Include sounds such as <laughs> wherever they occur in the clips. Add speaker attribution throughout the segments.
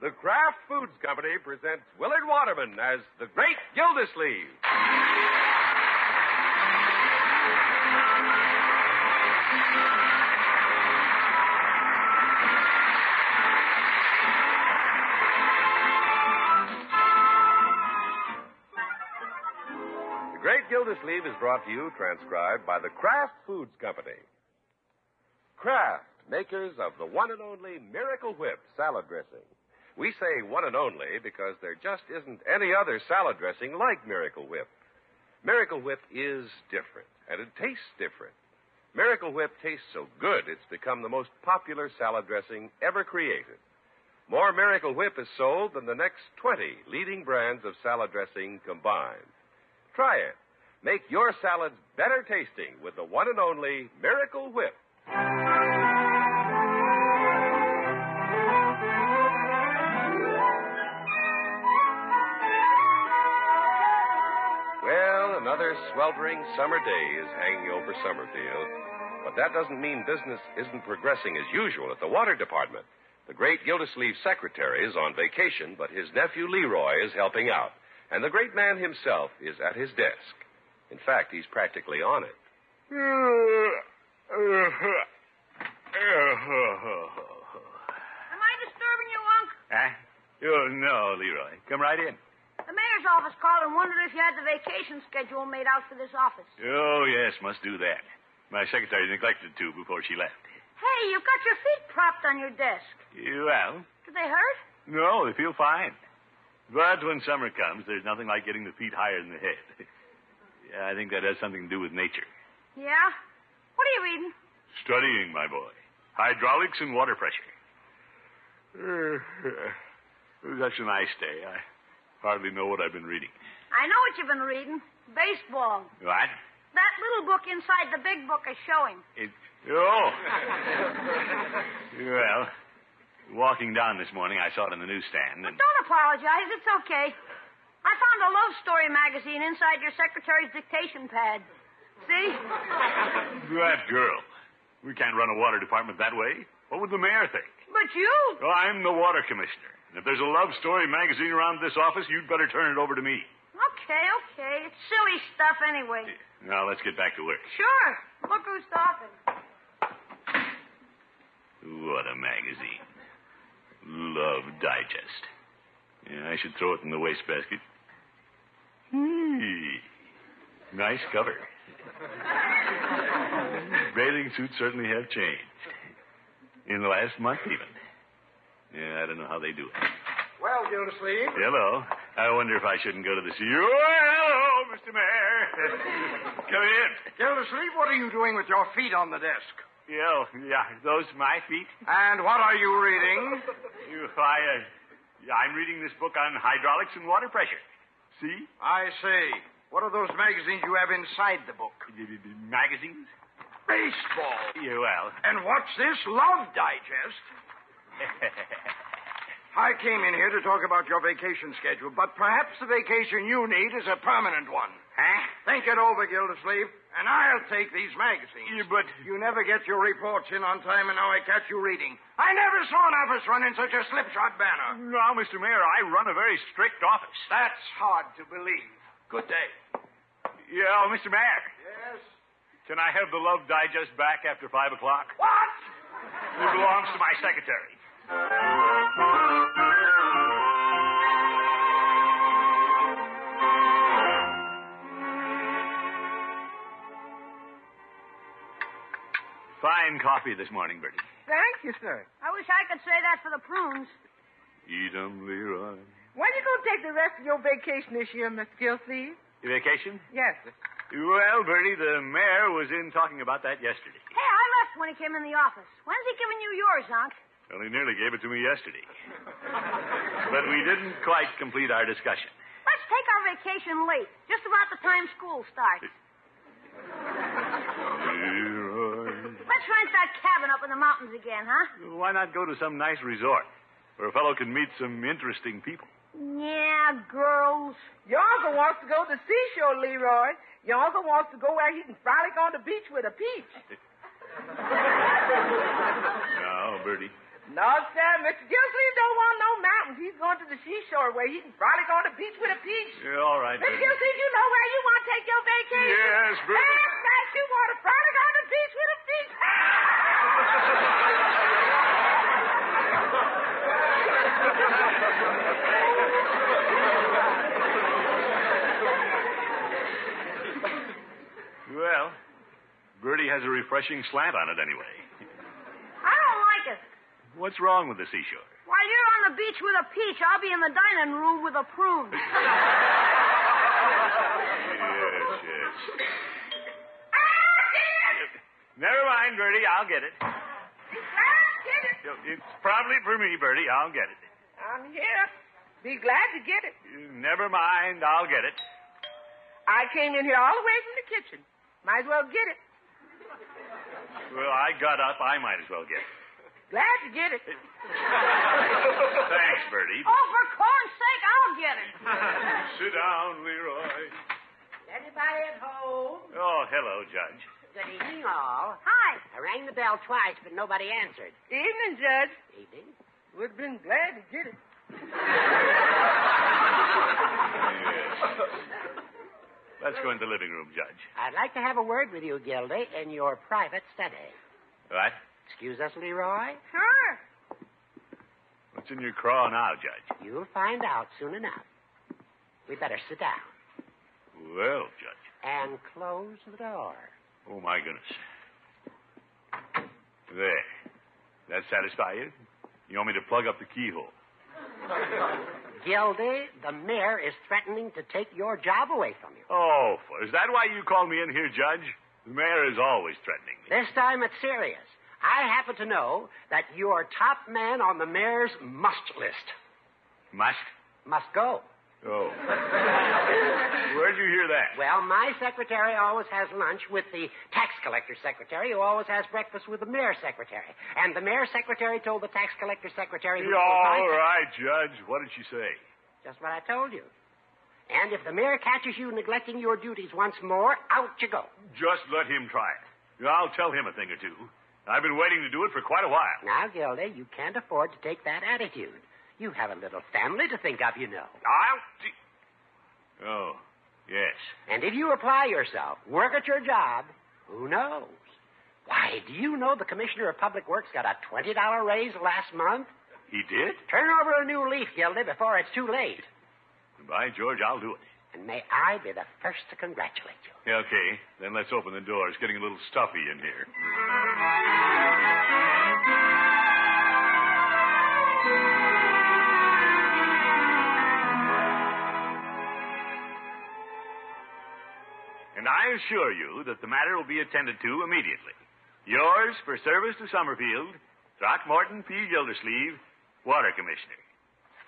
Speaker 1: The Kraft Foods Company presents Willard Waterman as the Great Gildersleeve. The Great Gildersleeve is brought to you, transcribed by the Kraft Foods Company. Kraft, makers of the one and only Miracle Whip salad dressing. We say one and only because there just isn't any other salad dressing like Miracle Whip. Miracle Whip is different, and it tastes different. Miracle Whip tastes so good, it's become the most popular salad dressing ever created. More Miracle Whip is sold than the next 20 leading brands of salad dressing combined. Try it. Make your salads better tasting with the one and only Miracle Whip. Well, another sweltering summer day is hanging over Summerfield, but that doesn't mean business isn't progressing as usual at the water department. The great Gildersleeve secretary is on vacation, but his nephew Leroy is helping out, and the great man himself is at his desk. In fact, he's practically on it.
Speaker 2: Oh, <laughs>
Speaker 3: Am I disturbing you, Unc?
Speaker 2: Huh? Oh, no, Leroy. Come right in.
Speaker 3: The mayor's office called and wondered if you had the vacation schedule made out for this office.
Speaker 2: Oh, yes, must do that. My secretary neglected to before she left.
Speaker 3: Hey, you've got your feet propped on your desk.
Speaker 2: Well,
Speaker 3: Do they hurt?
Speaker 2: no, they feel fine. But when summer comes, there's nothing like getting the feet higher than the head. <laughs> Yeah, I think that has something to do with nature.
Speaker 3: Yeah. What are you reading?
Speaker 2: Studying, my boy. Hydraulics and water pressure. <laughs> It was such a nice day. I hardly know what I've been reading.
Speaker 3: I know what you've been reading. Baseball.
Speaker 2: What?
Speaker 3: That little book inside the big book is showing.
Speaker 2: It, oh. well, walking down this morning, I saw it in the newsstand. And,
Speaker 3: Don't apologize. It's okay. I found a love story magazine inside your secretary's dictation pad. See?
Speaker 2: that girl. We can't run a water department that way. What would the mayor think?
Speaker 3: But you.
Speaker 2: Well, I'm the water commissioner. And if there's a love story magazine around this office, you'd better turn it over to me.
Speaker 3: Okay, okay. It's silly stuff anyway.
Speaker 2: Now, let's get back to work.
Speaker 3: Sure. Look who's talking.
Speaker 2: What a magazine. Love Digest. Yeah, I should throw it in the wastebasket. Hmm. Nice cover. Bathing suits certainly have changed. In the last month, even. Yeah, I don't know how they do it.
Speaker 4: Well, Gildersleeve.
Speaker 2: Hello. I wonder if I shouldn't go to the CEO. Oh, hello, Mr. Mayor. <laughs> Come in.
Speaker 4: Gildersleeve, what are you doing with your feet on the desk?
Speaker 2: Yeah, yeah, those my feet.
Speaker 4: And what are you reading?
Speaker 2: You, I, uh, yeah, I'm reading this book on hydraulics and water pressure. See?
Speaker 4: I see. What are those magazines you have inside the book?
Speaker 2: The- the- the Magazines?
Speaker 4: Baseball.
Speaker 2: Yeah, well.
Speaker 4: And what's this? Love
Speaker 2: <laughs>
Speaker 4: Digest. I came in here to talk about your vacation schedule, but perhaps the vacation you need is a permanent one.
Speaker 2: huh?
Speaker 4: Think it over, Gildersleeve, and I'll take these magazines.
Speaker 2: Yeah, but
Speaker 4: You never get your reports in on time, and now I catch you reading. I never saw an office run in such a slipshod banner.
Speaker 2: now, Mr. Mayor, I run a very strict office.
Speaker 4: That's hard to believe. Good day.
Speaker 2: Yeah, oh, Mr. Mayor,
Speaker 4: Yes.
Speaker 2: can I have the Love Digest back after five o'clock?
Speaker 4: What?
Speaker 2: It belongs to my secretary. Fine coffee this morning, Bertie.
Speaker 5: Thank you, sir.
Speaker 3: I wish I could say that for the prunes.
Speaker 2: Eat 'em, Leroy.
Speaker 5: When you going to take the rest of your vacation this year, Miss Gilsey?
Speaker 2: Your vacation?
Speaker 5: Yes, sir.
Speaker 2: Well, Bertie, the mayor was in talking about that yesterday.
Speaker 3: Hey, I left when he came in the office. When's he giving you yours, Unc?
Speaker 2: Well, he nearly gave it to me yesterday. but we didn't quite complete our discussion.
Speaker 3: Let's take our vacation late, just about the time school starts.
Speaker 2: Leroy.
Speaker 3: Let's rent that cabin up in the mountains again, huh?
Speaker 2: Why not go to some nice resort where a fellow can meet some interesting <laughs> people?
Speaker 3: Yeah, girls.
Speaker 5: Your uncle wants to go to the seashore, Leroy. Your uncle wants to go where he can frolic on the beach with a
Speaker 2: <laughs>
Speaker 5: peach.
Speaker 2: No, Bertie.
Speaker 5: No, sir. Mr. Gilsey don't want no mountains. He He's going to the seashore where he can frolic on the beach with a peach.
Speaker 2: Yeah, all right.
Speaker 5: Miss
Speaker 2: Bertie.
Speaker 5: Gilsey, you know where you want to take your vacation.
Speaker 2: Yes, Bertie.
Speaker 5: That's right. You want to frolic on the beach with a peach.
Speaker 2: <laughs> Well, Bertie has a refreshing slant on it anyway.
Speaker 3: I don't like it.
Speaker 2: What's wrong with the seashore?
Speaker 3: While you're on the beach with a peach, I'll be in the dining room with a prune.
Speaker 2: Yes, yes. Never mind, Bertie. I'll get it. It's probably for me, Bertie. I'll get it.
Speaker 5: I'm here. Be glad to get it.
Speaker 2: Never mind. I'll get it.
Speaker 5: I came in here all the way from the kitchen. Might as well get it.
Speaker 2: Well, I got up. I might as well get <laughs> it.
Speaker 5: Glad to get it.
Speaker 2: Thanks, Bertie.
Speaker 3: Oh, for corn's sake, I'll get it.
Speaker 2: Sit down, Leroy.
Speaker 6: Anybody at home?
Speaker 2: Oh, hello, Judge.
Speaker 6: Good evening, all.
Speaker 3: Hi.
Speaker 6: I rang the bell twice, but nobody answered.
Speaker 5: Evening, Judge.
Speaker 6: Evening?
Speaker 5: Would have been glad to get it.
Speaker 2: Let's go in the living room, Judge.
Speaker 6: I'd like to have a word with you, Gildy, in your private study.
Speaker 2: What?
Speaker 6: Excuse us, Leroy.
Speaker 3: Sure.
Speaker 2: What's in your craw now, Judge?
Speaker 6: You'll find out soon enough. We better sit down
Speaker 2: Well, Judge.
Speaker 6: and close the door.
Speaker 2: Oh, my goodness. There. That satisfy you? You want me to plug up the keyhole?
Speaker 6: Gildy, the mayor is threatening to take your job away from you.
Speaker 2: Oh, for- is that why you called me in here, Judge? The mayor is always threatening me.
Speaker 6: This time it's serious. I happen to know that you're top man on the mayor's must list.
Speaker 2: Must?
Speaker 6: Must go.
Speaker 2: Oh. Where'd you hear that?
Speaker 6: Well, my secretary always has lunch with the tax collector secretary, who always has breakfast with the mayor's secretary. And the mayor's secretary told the tax collector secretary who
Speaker 2: Yeah,
Speaker 6: told my
Speaker 2: all
Speaker 6: sec-
Speaker 2: right, Judge. What did she say?
Speaker 6: just what I told you. And if the mayor catches you neglecting your duties once more, out you go.
Speaker 2: Just let him try it. I'll tell him a thing or two. I've been waiting to do it for quite a while.
Speaker 6: Now, Gilda, you can't afford to take that attitude. You have a little family to think of, you know.
Speaker 2: I'll. T- oh, yes.
Speaker 6: And if you apply yourself, work at your job, who knows? Why, do you know the Commissioner of Public Works got a $20 raise last month?
Speaker 2: He did?
Speaker 6: Turn over a new leaf, Gilda, before it's too late.
Speaker 2: By George, I'll do it.
Speaker 6: And may I be the first to congratulate you.
Speaker 2: Okay, then let's open the door. It's getting a little stuffy in here. And I assure you that the matter will be attended to immediately. Yours for service to Summerfield, Throckmorton P. Gildersleeve, Water Commissioner.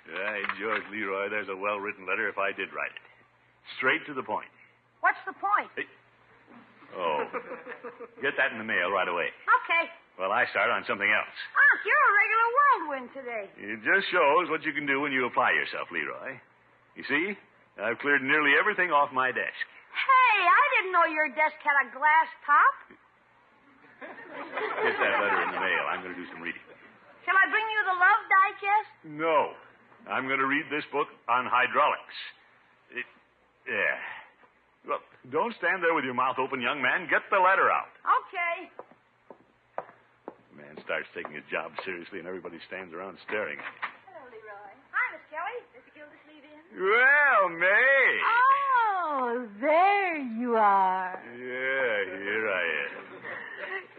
Speaker 2: Right, George Leroy, there's a well written letter if I did write it. Straight to the point.
Speaker 3: What's the point?
Speaker 2: Oh.
Speaker 3: <laughs>
Speaker 2: Get that in the mail right away.
Speaker 3: Okay.
Speaker 2: Well, I start on something else.
Speaker 3: Unc, you're a regular whirlwind today.
Speaker 2: It just shows what you can do when you apply yourself, Leroy. You see, I've cleared nearly everything off my desk.
Speaker 3: Hey, I didn't know your desk had a glass top.
Speaker 2: Get that letter in the mail. I'm going to do some reading.
Speaker 3: Shall I bring you the Love Digest?
Speaker 2: No. I'm going to read this book on hydraulics. It, yeah. Well, don't stand there with your mouth open, young man. Get the letter out.
Speaker 3: Okay.
Speaker 2: The man starts taking his job seriously, and everybody stands around staring at him.
Speaker 3: Hello, Leroy. Hi, Miss Kelly. Mr. Gildersleeve in?
Speaker 2: Well, May.
Speaker 7: Oh, there you are.
Speaker 2: Yeah, here I am.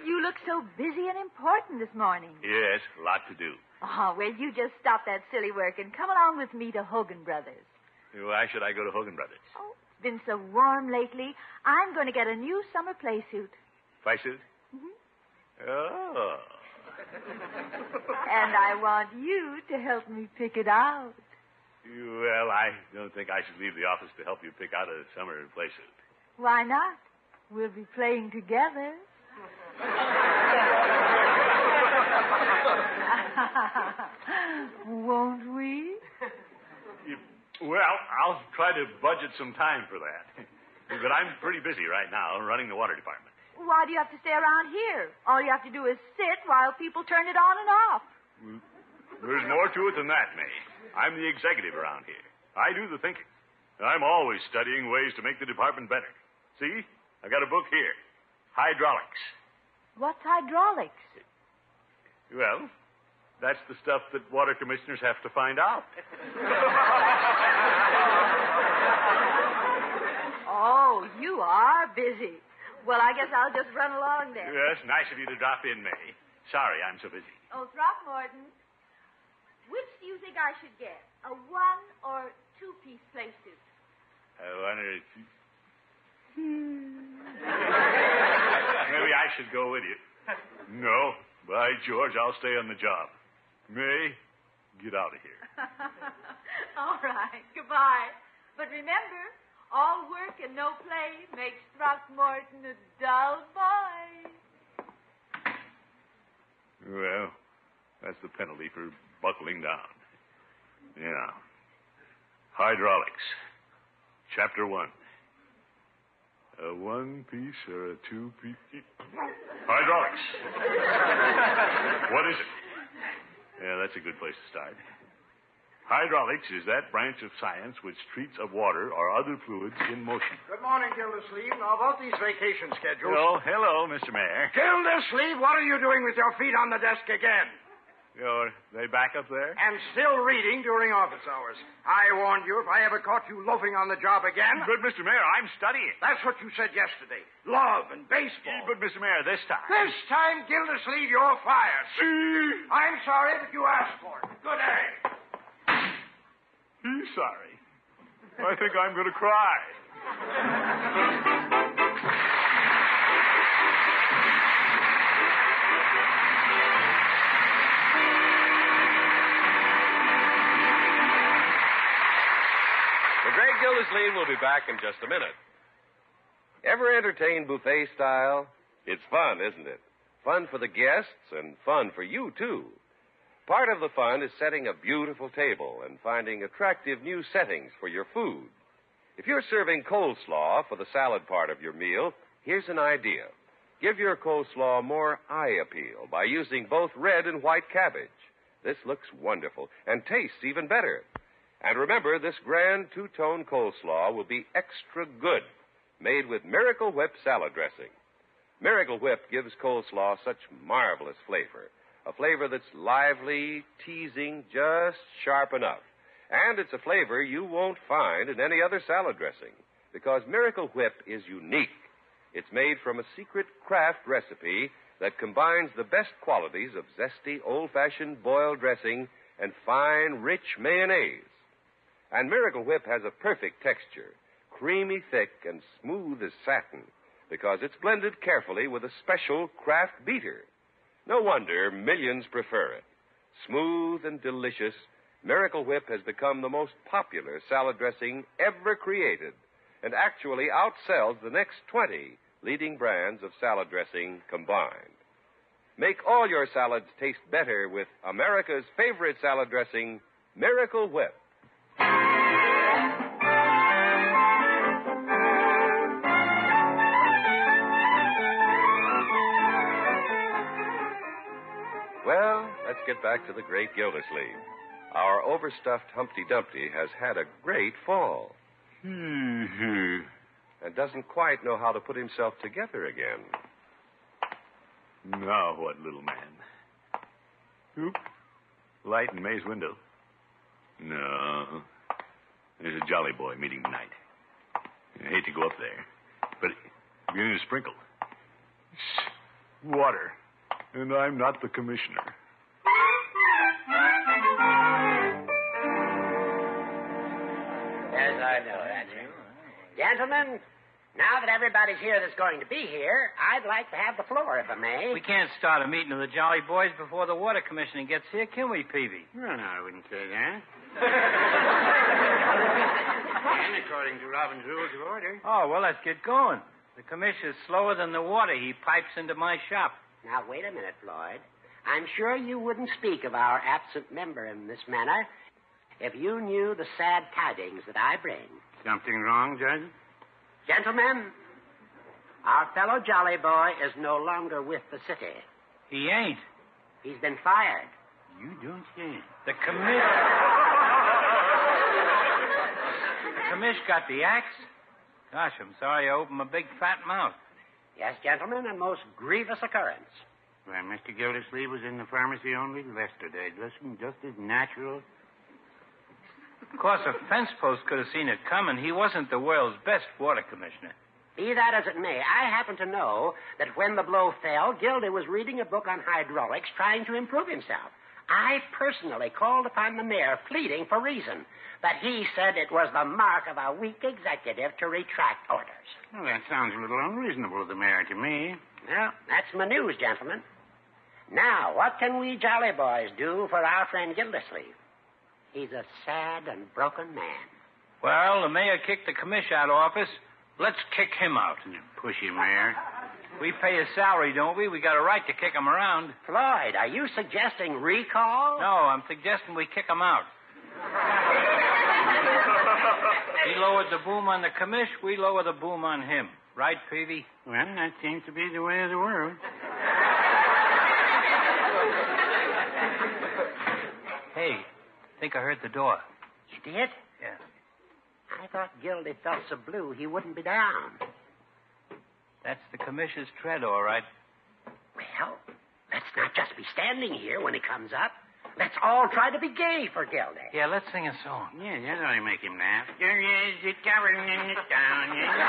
Speaker 7: You look so busy and important this morning.
Speaker 2: Yes, a lot to do.
Speaker 7: Oh, well, you just stop that silly work and come along with me to Hogan Brothers.
Speaker 2: Why should I go to Hogan Brothers?
Speaker 7: Oh, it's been so warm lately. I'm going to get a new summer play suit.
Speaker 2: Spices? Oh.
Speaker 7: And I want you to help me pick it out.
Speaker 2: Well, I don't think I should leave the office to help you pick out a summer place.
Speaker 7: Why not? We'll be playing together. <laughs> Won't we?
Speaker 2: Well, I'll try to budget some time for that. <laughs> but I'm pretty busy right now running the water department.
Speaker 7: Why do you have to stay around here? All you have to do is sit while people turn it on and off.
Speaker 2: There's more to it than that, May. I'm the executive around here. I do the thinking. I'm always studying ways to make the department better. See? I got a book here. Hydraulics.
Speaker 7: What's hydraulics?
Speaker 2: Well, that's the stuff that water commissioners have to find out.
Speaker 3: Oh, you are busy. Well, I guess I'll just run along then.
Speaker 2: Yes, nice of you to drop in, May. Sorry, I'm so busy.
Speaker 7: Oh, Throckmorton, which do you think I should get? A one or two piece play suit?
Speaker 2: I wonder if you... Maybe I should go with you. No, by George, I'll stay on the job. May, get out of here.
Speaker 7: <laughs> all right, goodbye. But remember, all work and no play makes Throckmorton a dull boy.
Speaker 2: Well, that's the penalty for buckling down. Yeah. Hydraulics. Chapter one. A one piece or a two piece? Hydraulics. what is it? Yeah, that's a good place to start. Hydraulics is that branch of science which treats of water or other fluids in motion.
Speaker 4: <laughs> Good morning, Gildersleeve. Now, about these vacation schedules.
Speaker 2: Oh, hello, Mr. Mayor.
Speaker 4: Gildersleeve, what are you doing with your feet on the desk again?
Speaker 2: Are they back up there?
Speaker 4: And still reading during office hours. I warned you if I ever caught you loafing on the job again.
Speaker 2: Good, Mr. Mayor, I'm studying.
Speaker 4: That's what you said yesterday. Love and baseball.
Speaker 2: Good, Mr. Mayor, this time.
Speaker 4: This time, Gildersleeve, you're fired. I'm sorry, but you asked for it. Good day.
Speaker 2: He's Hmm, sorry. I think I'm going to cry.
Speaker 1: The great Gildersleeve will be back in just a minute. Ever entertained buffet style? It's fun, isn't it? Fun for the guests and fun for you, too. Part of the fun is setting a beautiful table and finding attractive new settings for your food. If you're serving coleslaw for the salad part of your meal, here's an idea. Give your coleslaw more eye appeal by using both red and white cabbage. This looks wonderful and tastes even better. And remember, this grand two tone coleslaw will be extra good, made with Miracle Whip salad dressing. Miracle Whip gives coleslaw such marvelous flavor, a flavor that's lively, teasing, just sharp enough. And it's a flavor you won't find in any other salad dressing, because Miracle Whip is unique. It's made from a secret craft recipe that combines the best qualities of zesty, old fashioned boiled dressing and fine, rich mayonnaise. And Miracle Whip has a perfect texture, creamy thick and smooth as satin, because it's blended carefully with a special craft beater. No wonder millions prefer it. Smooth and delicious, Miracle Whip has become the most popular salad dressing ever created and actually outsells the next 20 leading brands of salad dressing combined. Make all your salads taste better with America's favorite salad dressing, Miracle Whip. Well, let's get back to the great Gildersleeve. Our overstuffed Humpty Dumpty has had a great fall and doesn't quite know how to put himself together again.
Speaker 2: now what, little man? Oop. Light in May's window. No. There's a Jolly Boy meeting tonight. I hate to go up there, but it's beginning to sprinkle. Shh. Water. And I'm not the commissioner.
Speaker 6: Yes, I know that. Gentlemen, now that everybody's here that's going to be here, I'd like to have the floor, if I may.
Speaker 8: We can't start a meeting of the Jolly Boys before the water commissioner gets here, can we, Peavy?
Speaker 6: No, no, I wouldn't say that. and according to Robin's rules of order.
Speaker 8: Oh, well, let's get going. The commissioner's slower than the water he pipes into my shop.
Speaker 6: Now, wait a minute, Floyd. I'm sure you wouldn't speak of our absent member in this manner if you knew the sad tidings that I bring.
Speaker 9: Something wrong, Judge?
Speaker 6: Gentlemen, our fellow Jolly Boy is no longer with the city.
Speaker 8: He ain't.
Speaker 6: He's been fired.
Speaker 9: You don't say.
Speaker 8: The commissioner. commish got the axe? Gosh, I'm sorry I opened my big fat mouth.
Speaker 6: Yes, gentlemen, a most grievous occurrence.
Speaker 9: When Mr. Gildersleeve was in the pharmacy only yesterday, looking just as natural.
Speaker 8: Of course, a fence post could have seen it coming. He wasn't the world's best water commissioner.
Speaker 6: Be that as it may, I happen to know that when the blow fell, Gildy was reading a book on hydraulics trying to improve himself. I personally called upon the mayor pleading for reason, but he said it was the mark of a weak executive to retract orders.
Speaker 9: Well, that sounds a little unreasonable of the mayor to me.
Speaker 6: Well, that's my news, gentlemen. Now, what can we jolly boys do for our friend Gildersleeve? He's a sad and broken man.
Speaker 8: Well, the mayor kicked the commish out of office. Let's kick him out.
Speaker 9: Push him, Mayor.
Speaker 8: We pay his salary, don't we? We got a right to kick him around.
Speaker 6: Floyd, are you suggesting recall?
Speaker 8: No, I'm suggesting we kick him out. he lowered the boom on the commish, we lower the boom on him. Right, Peavy?
Speaker 9: Well, that seems to be the way of the world.
Speaker 8: <laughs> Hey, think I heard the door.
Speaker 6: You did?
Speaker 8: Yeah.
Speaker 6: I thought Gildy felt so blue he wouldn't be down.
Speaker 8: That's the commissioner's tread, all right.
Speaker 6: Well, let's not just be standing here when he comes up. Let's all try to be gay for Gildy.
Speaker 8: Yeah, let's sing a song.
Speaker 9: Yeah, that'll only make him laugh. There is a tavern in the town. yeah.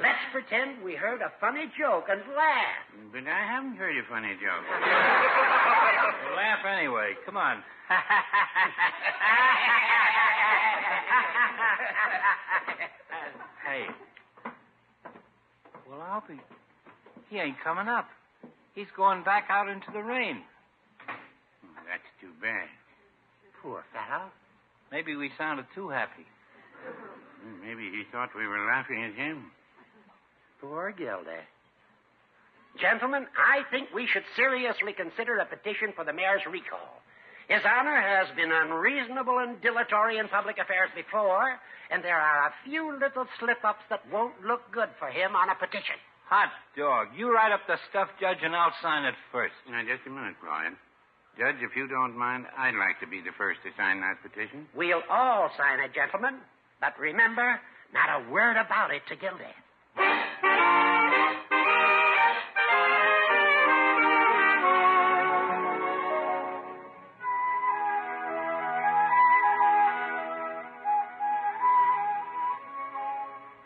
Speaker 6: Let's pretend we heard a funny joke and laugh.
Speaker 9: But I haven't heard a funny
Speaker 6: <laughs>
Speaker 9: joke.
Speaker 8: Well, laugh anyway. Come on.
Speaker 6: <laughs>
Speaker 8: Hey. Well, I'll be. He ain't coming up. He's going back out into the rain. Mm,
Speaker 9: That's too bad.
Speaker 6: Poor fellow.
Speaker 8: Maybe we sounded too happy.
Speaker 9: Mm, Maybe he thought we were laughing at him.
Speaker 6: Poor Gildy. Gentlemen, I think we should seriously consider a petition for the mayor's recall. His honor has been unreasonable and dilatory in public affairs before, and there are a few little slip ups that won't look good for him on a petition.
Speaker 8: Hot dog. You write up the stuff, Judge, and I'll sign it first.
Speaker 9: Now, just a minute, Brian. Judge, if you don't mind, I'd like to be the first to sign that petition.
Speaker 6: We'll all sign it, gentlemen, but remember, not a word about it to Gildy.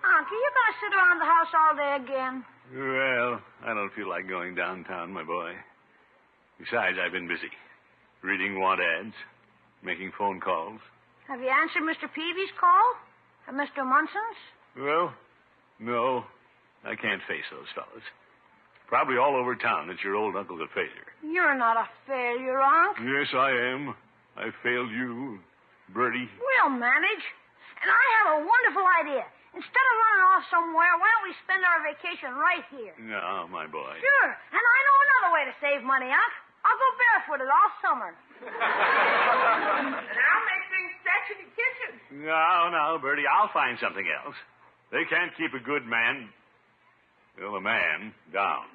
Speaker 3: Unc, are you going to sit around the house all day again?
Speaker 2: Well, I don't feel like going downtown, my boy. Besides, I've been busy reading want ads, making phone calls.
Speaker 3: Have you answered Mr. Peavy's call? Or Mr. Munson's?
Speaker 2: Well, no, I can't face those fellows. Probably all over town that your old uncle's a failure.
Speaker 3: You're not a failure, Unc.
Speaker 2: Yes, I am. I failed you, Bertie.
Speaker 3: We'll manage. And I have a wonderful idea. Instead of running off somewhere, why don't we spend our vacation right here?
Speaker 2: No, my
Speaker 3: <laughs>
Speaker 2: boy.
Speaker 3: Sure. And I know another way to save money, Unc. I'll go barefooted all summer.
Speaker 5: And I'll make things stretch in the kitchen.
Speaker 2: No, no, Bertie. I'll find something else. They can't keep a good man, well, a man, down.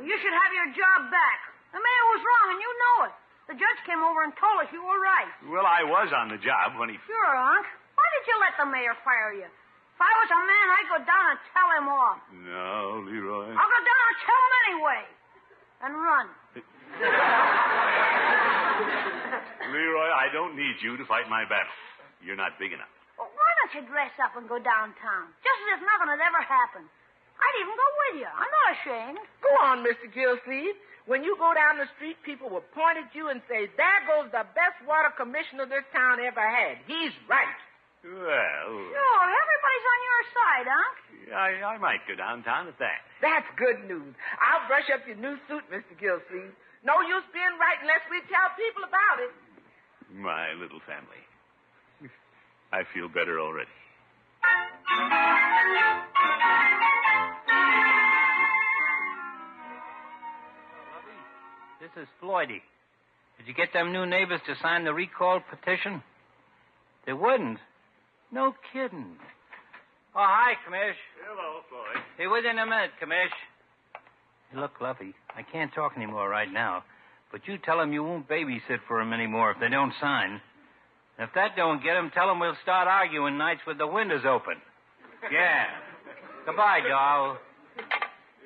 Speaker 3: You should have your job back. The mayor was wrong, and you know it. The judge came over and told us you were right.
Speaker 2: Well, I was on the job when he.
Speaker 3: Sure, Unc. Why did you let the mayor fire you? If I was a man, I'd go down and tell him off.
Speaker 2: No, Leroy.
Speaker 3: I'll go down and tell him anyway. And run.
Speaker 2: Leroy, I don't need you to fight my battle. You're not big enough.
Speaker 3: Well, why don't you dress up and go downtown? Just as if nothing had ever happened. I'd even go with you. I'm not ashamed.
Speaker 5: Go on, Mr. Gilsleeve. When you go down the street, people will point at you and say, there goes the best water commissioner this town ever had. He's right.
Speaker 2: Well,
Speaker 3: Sure, everybody's on your side, Unc.
Speaker 2: I, I might go downtown at that.
Speaker 5: That's good news. I'll brush up your new suit, Mr. Gilsleeve. No use being right unless we tell people about it.
Speaker 2: My little family. I feel better already.
Speaker 8: This is Floydy. Did you get them new neighbors to sign the recall petition? They wouldn't. No kidding. Oh, hi, Commish.
Speaker 2: Hello, Floyd.
Speaker 8: Hey, within a minute, Commish. Hey, look, Luffy, I can't talk anymore right now, but you tell them you won't babysit for 'em anymore if they don't sign. If that don't get him, tell him we'll start arguing nights with the windows open. Yeah. Goodbye, doll.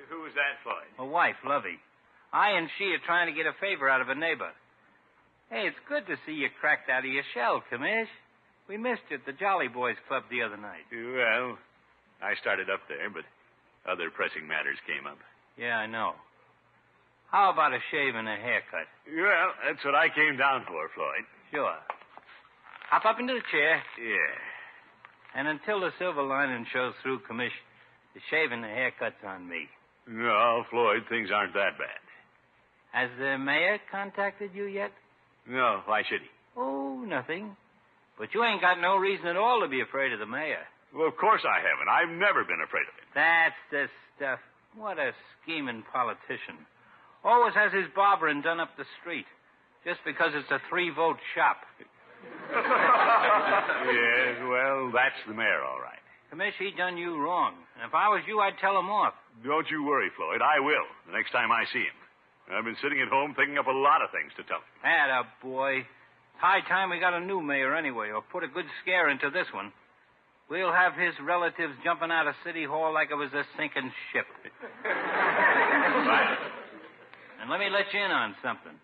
Speaker 2: Who was that, Floyd?
Speaker 8: My wife, Lovey. I and she are trying to get a favor out of a neighbor. Hey, it's good to see you cracked out of your shell, Commish. We missed you at the Jolly Boys Club the other night.
Speaker 2: Well, I started up there, but other pressing matters came up.
Speaker 8: Yeah, I know. How about a shave and a haircut?
Speaker 2: Well, uh, that's what I came down for, Floyd.
Speaker 8: Sure. Hop up into the chair,
Speaker 2: Yeah.
Speaker 8: and until the silver lining shows through, Commish, the shave and the haircut's on me.
Speaker 2: No, Floyd, things aren't that bad.
Speaker 8: Has the mayor contacted you yet?
Speaker 2: No, why should he?
Speaker 8: Oh, nothing. But you ain't got no reason at all to be afraid of the mayor.
Speaker 2: Well, of course I haven't. I've never been afraid of it.
Speaker 8: That's the stuff. What a scheming politician. Always has his barbering done up the street, just because it's a three vote shop.
Speaker 2: yes, <laughs> well, that's the mayor, all right.
Speaker 8: Commish, he done you wrong. And if I was you, I'd tell him off.
Speaker 2: Don't you worry, Floyd. I will the next time I see him. I've been sitting at home thinking up a lot of things to tell him.
Speaker 8: That up, boy. It's high time we got a new mayor anyway, or put a good scare into this one. We'll have his relatives jumping out of City Hall like it was a sinking ship. and let me let you in on something.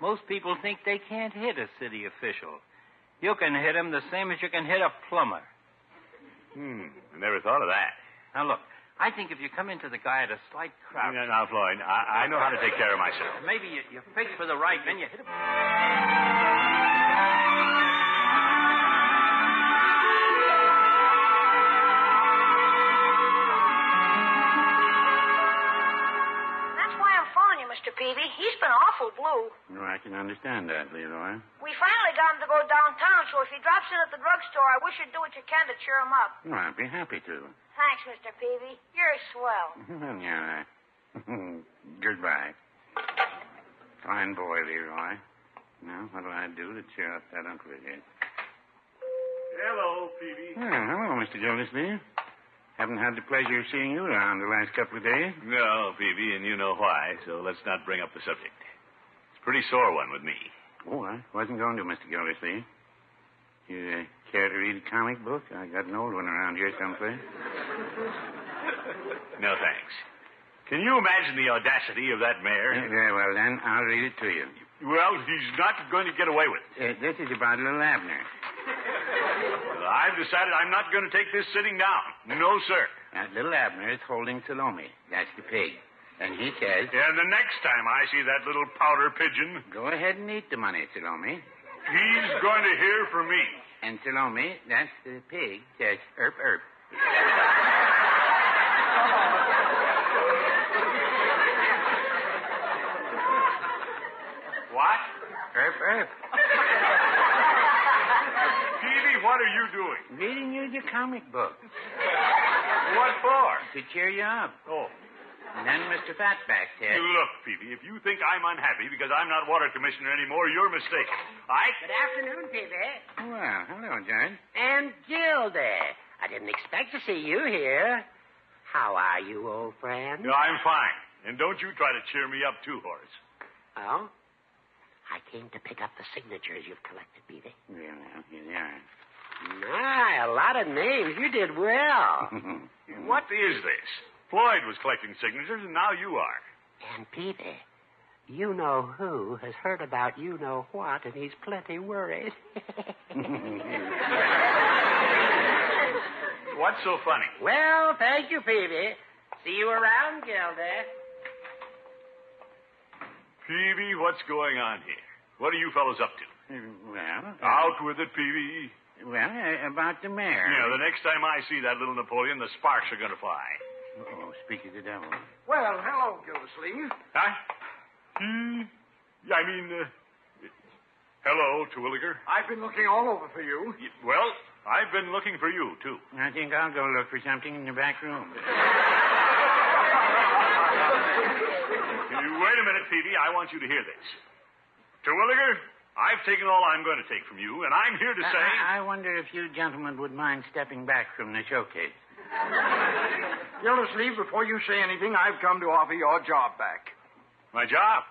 Speaker 8: Most people think they can't hit a city official. You can hit him the same as you can hit a plumber.
Speaker 2: Hmm, I never thought of that.
Speaker 8: Now, look, I think if you come into the guy at a slight crouch,
Speaker 2: Now, now, Floyd, I, I know how to take care of myself.
Speaker 8: maybe you, you fake for the right, then you hit him.
Speaker 3: That's why I'm phoning you, Mr. Peavy. He's been awful blue.
Speaker 9: No, I can understand that, Leroy.
Speaker 3: We finally got him to go downtown, so if he drops in at the drugstore, I wish you'd do what you can to cheer him up.
Speaker 9: Well, I'd be happy to.
Speaker 3: Thanks, Mr. Peavy. You're swell.
Speaker 9: Well, yeah. <laughs> Goodbye. Fine boy, Leroy. Now, what do I do to cheer up that uncle of his?
Speaker 2: Hello, Peavy.
Speaker 9: Well, hello, Mr. Gildersleeve. Haven't had the pleasure of seeing you around the last couple of days.
Speaker 2: No, Peavy, and you know why, so let's not bring up the subject. It's a pretty sore one with me.
Speaker 9: Oh, I wasn't going to, Mr. Gildersleeve. You uh, care to read a comic book? I got an old one around here someplace.
Speaker 2: No, thanks. Can you imagine the audacity of that
Speaker 9: Uh,
Speaker 2: mayor?
Speaker 9: Very well, then. I'll read it to you.
Speaker 2: Well, he's not going to get away with it.
Speaker 9: Uh, this is about little Abner.
Speaker 2: Well, I've decided I'm not going to take this sitting down. No, sir.
Speaker 9: That little Abner is holding Salome. That's the pig. And he says,
Speaker 2: And the next time I see that little powder pigeon,
Speaker 9: Go ahead and eat the money, Salome.
Speaker 2: he's going to hear from me.
Speaker 9: And Salome, that's the pig, says, Erp, erp.
Speaker 2: What?
Speaker 9: Erp, erp.
Speaker 2: Peavy, what are you doing?
Speaker 9: Reading you the comic book
Speaker 2: What for?
Speaker 9: to cheer you up.
Speaker 2: Oh.
Speaker 9: And then Mr. Fatback says,
Speaker 2: Look, Peavy, if you think I'm unhappy because I'm not water commissioner anymore, you're mistaken. I.
Speaker 6: Good afternoon, Peavy.
Speaker 9: Well, hello, Judge.
Speaker 6: And Gilda. I didn't expect to see you here. How are you, old friend?
Speaker 2: No, I'm fine. And don't you try to cheer me up, too, Horace.
Speaker 6: Oh? I came to pick up the signatures you've collected, Peavy.
Speaker 9: Well, now, here they
Speaker 6: My, a lot of names. You did well.
Speaker 9: are.
Speaker 2: What is this? Floyd was collecting signatures, and now you are.
Speaker 6: And Peavy, you know who has heard about you know what, and he's plenty worried. <laughs>
Speaker 2: What's so funny?
Speaker 6: well, thank you, Peavy. See you around, Gilda.
Speaker 2: Peavy, what's going on here? What are you fellows up to?
Speaker 9: well, uh,
Speaker 2: Out with it, Peavy.
Speaker 9: well, uh, about the mayor.
Speaker 2: Yeah, the next time I see that little Napoleon, the sparks are going to fly.
Speaker 9: Oh, speak of the devil.
Speaker 4: Well, hello, Gildersleeve.
Speaker 2: Huh? Hmm? Yeah, I mean, uh, hello, Terwilliger.
Speaker 4: I've been looking all over for you.
Speaker 2: Y- Well, I've been looking for you, too.
Speaker 9: I think I'll go look for something in the back room.
Speaker 2: You- Wait a minute, Peavy. I want you to hear this. Terwilliger, I've taken all I'm going to take from you, and I'm here to say.
Speaker 9: I, I wonder if you gentlemen would mind stepping back from the showcase.
Speaker 4: Gildersleeve, before you say anything, I've come to offer your job back.
Speaker 2: My job?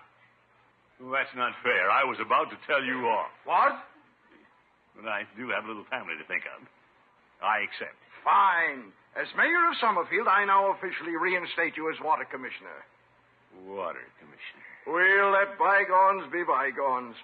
Speaker 2: Well, that's not fair. I was about to tell you off.
Speaker 4: What?
Speaker 2: But I do have a little family to think of. I accept.
Speaker 4: Fine. As mayor of Summerfield, I now officially reinstate you as water commissioner.
Speaker 2: Water commissioner.
Speaker 4: We'll let bygones be bygones.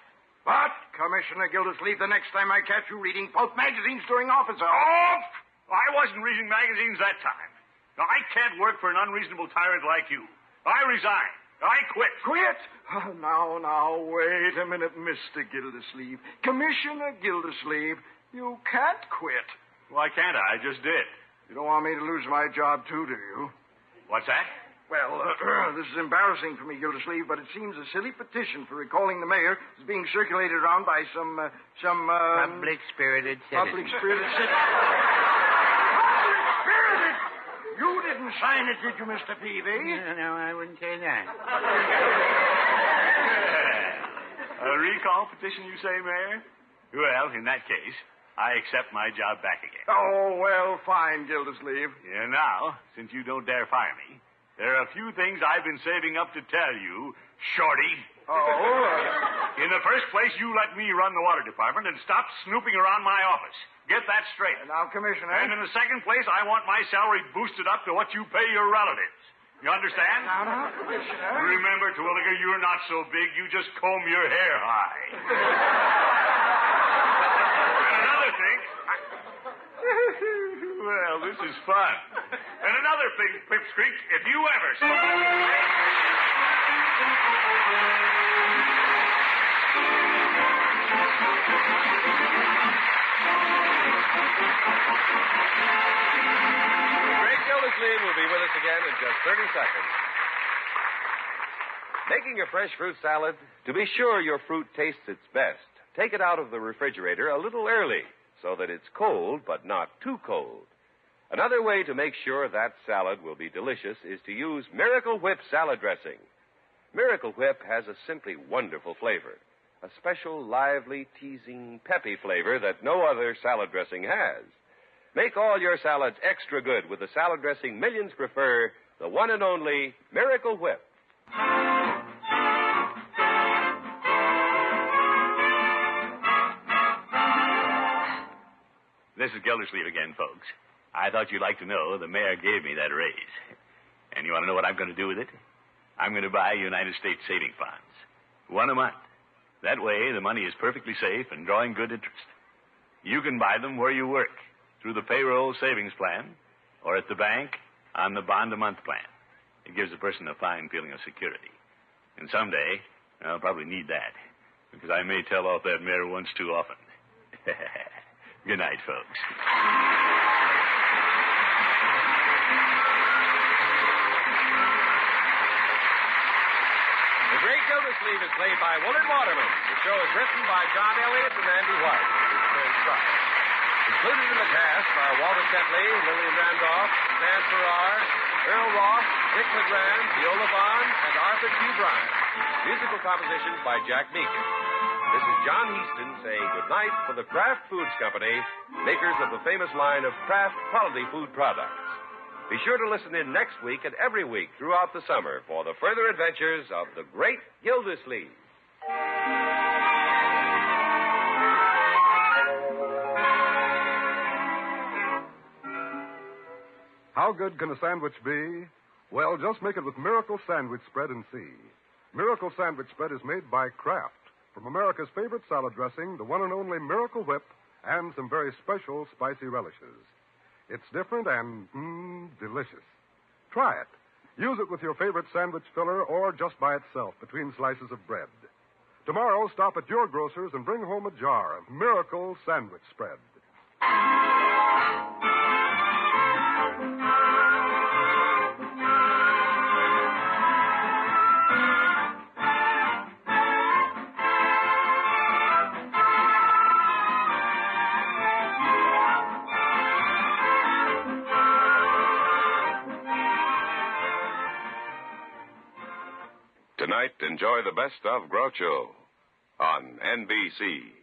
Speaker 4: But, Commissioner Gildersleeve, the next time I catch you reading pulp magazines during office hours.
Speaker 2: Off! I wasn't reading magazines that time. Now, I can't work for an unreasonable tyrant like you. I resign. I quit.
Speaker 4: Quit! Oh, now, now, wait a minute, Mr. Gildersleeve. Commissioner Gildersleeve, you can't quit.
Speaker 2: Why can't I? I just did.
Speaker 4: You don't want me to lose my job, too, do you?
Speaker 2: What's that?
Speaker 4: Well, <clears throat> uh, this is embarrassing for me, Gildersleeve, but it seems a silly petition for recalling the mayor is being circulated around by some, uh, some, uh...
Speaker 6: Public spirited
Speaker 4: Public
Speaker 6: citizen.
Speaker 4: spirited citizen. public spirited! You didn't sign it, did you, Mr. Peavy?
Speaker 6: No, no, I wouldn't say that.
Speaker 4: <laughs>
Speaker 2: A recall petition, you say, Mayor? Well, in that case, I accept my job back again.
Speaker 4: Oh, well, fine, Gildersleeve.
Speaker 2: And now, since you don't dare fire me, there are a few things I've been saving up to tell you, Shorty.
Speaker 4: Oh, uh,
Speaker 2: In the first place, you let me run the water department and stop snooping around my office. Get that straight.
Speaker 4: now, Commissioner.
Speaker 2: And in the second place, I want my salary boosted up to what you pay your relatives. You understand?
Speaker 4: Now, now, Commissioner.
Speaker 2: Remember, Twilliger, you're not so big. You just comb your hair high. and another thing. well, this is fun. And another thing, Pipsqueak, if you ever.
Speaker 1: Greg Gildersleeve will be with us again in just 30 seconds. Making a fresh fruit salad? To be sure your fruit tastes its best, take it out of the refrigerator a little early so that it's cold but not too cold. Another way to make sure that salad will be delicious is to use Miracle Whip salad dressing. Miracle Whip has a simply wonderful flavor, a special lively, teasing, peppy flavor that no other salad dressing has. Make all your salads extra good with the salad dressing millions prefer, the one and only Miracle Whip.
Speaker 2: This is Gildersleeve again, folks. I thought you'd like to know the mayor gave me that raise. And you want to know what I'm going to do with it? I'm going to buy United States saving bonds. One a month. That way, the money is perfectly safe and drawing good interest. You can buy them where you work, through the payroll savings plan, or at the bank on the bond a month plan. It gives a person a fine feeling of security. And someday, I'll probably need that, because I may tell off that mayor once too often. <laughs> good night, folks.
Speaker 1: The Great Gildersleeve is played by Willard Waterman. The show is written by John Elliott and Andy White. It's transcribed. Included in the cast are Walter Tetley, Lillian Randolph, Stan Farrar, Earl Ross, Dick McGran, Viola Vaughn, and Arthur Q. Bryan. Musical compositions by Jack Meekin. This is John Easton saying goodnight for the Kraft Foods Company, makers of the famous line of Kraft quality food products. Be sure to listen in next week and every week throughout the summer for the further adventures of the great Gildersleeve.
Speaker 10: How good can a sandwich be? Well, just make it with Miracle Sandwich Spread and see. Miracle Sandwich Spread is made by Kraft from America's favorite salad dressing, the one and only Miracle Whip, and some very special spicy relishes. It's different and, mmm, delicious. Try it. Use it with your favorite sandwich filler or just by itself between slices of bread. Tomorrow, stop at your grocer's and bring home a jar of Miracle Sandwich Spread.
Speaker 1: Tonight, enjoy the best of Groucho on NBC.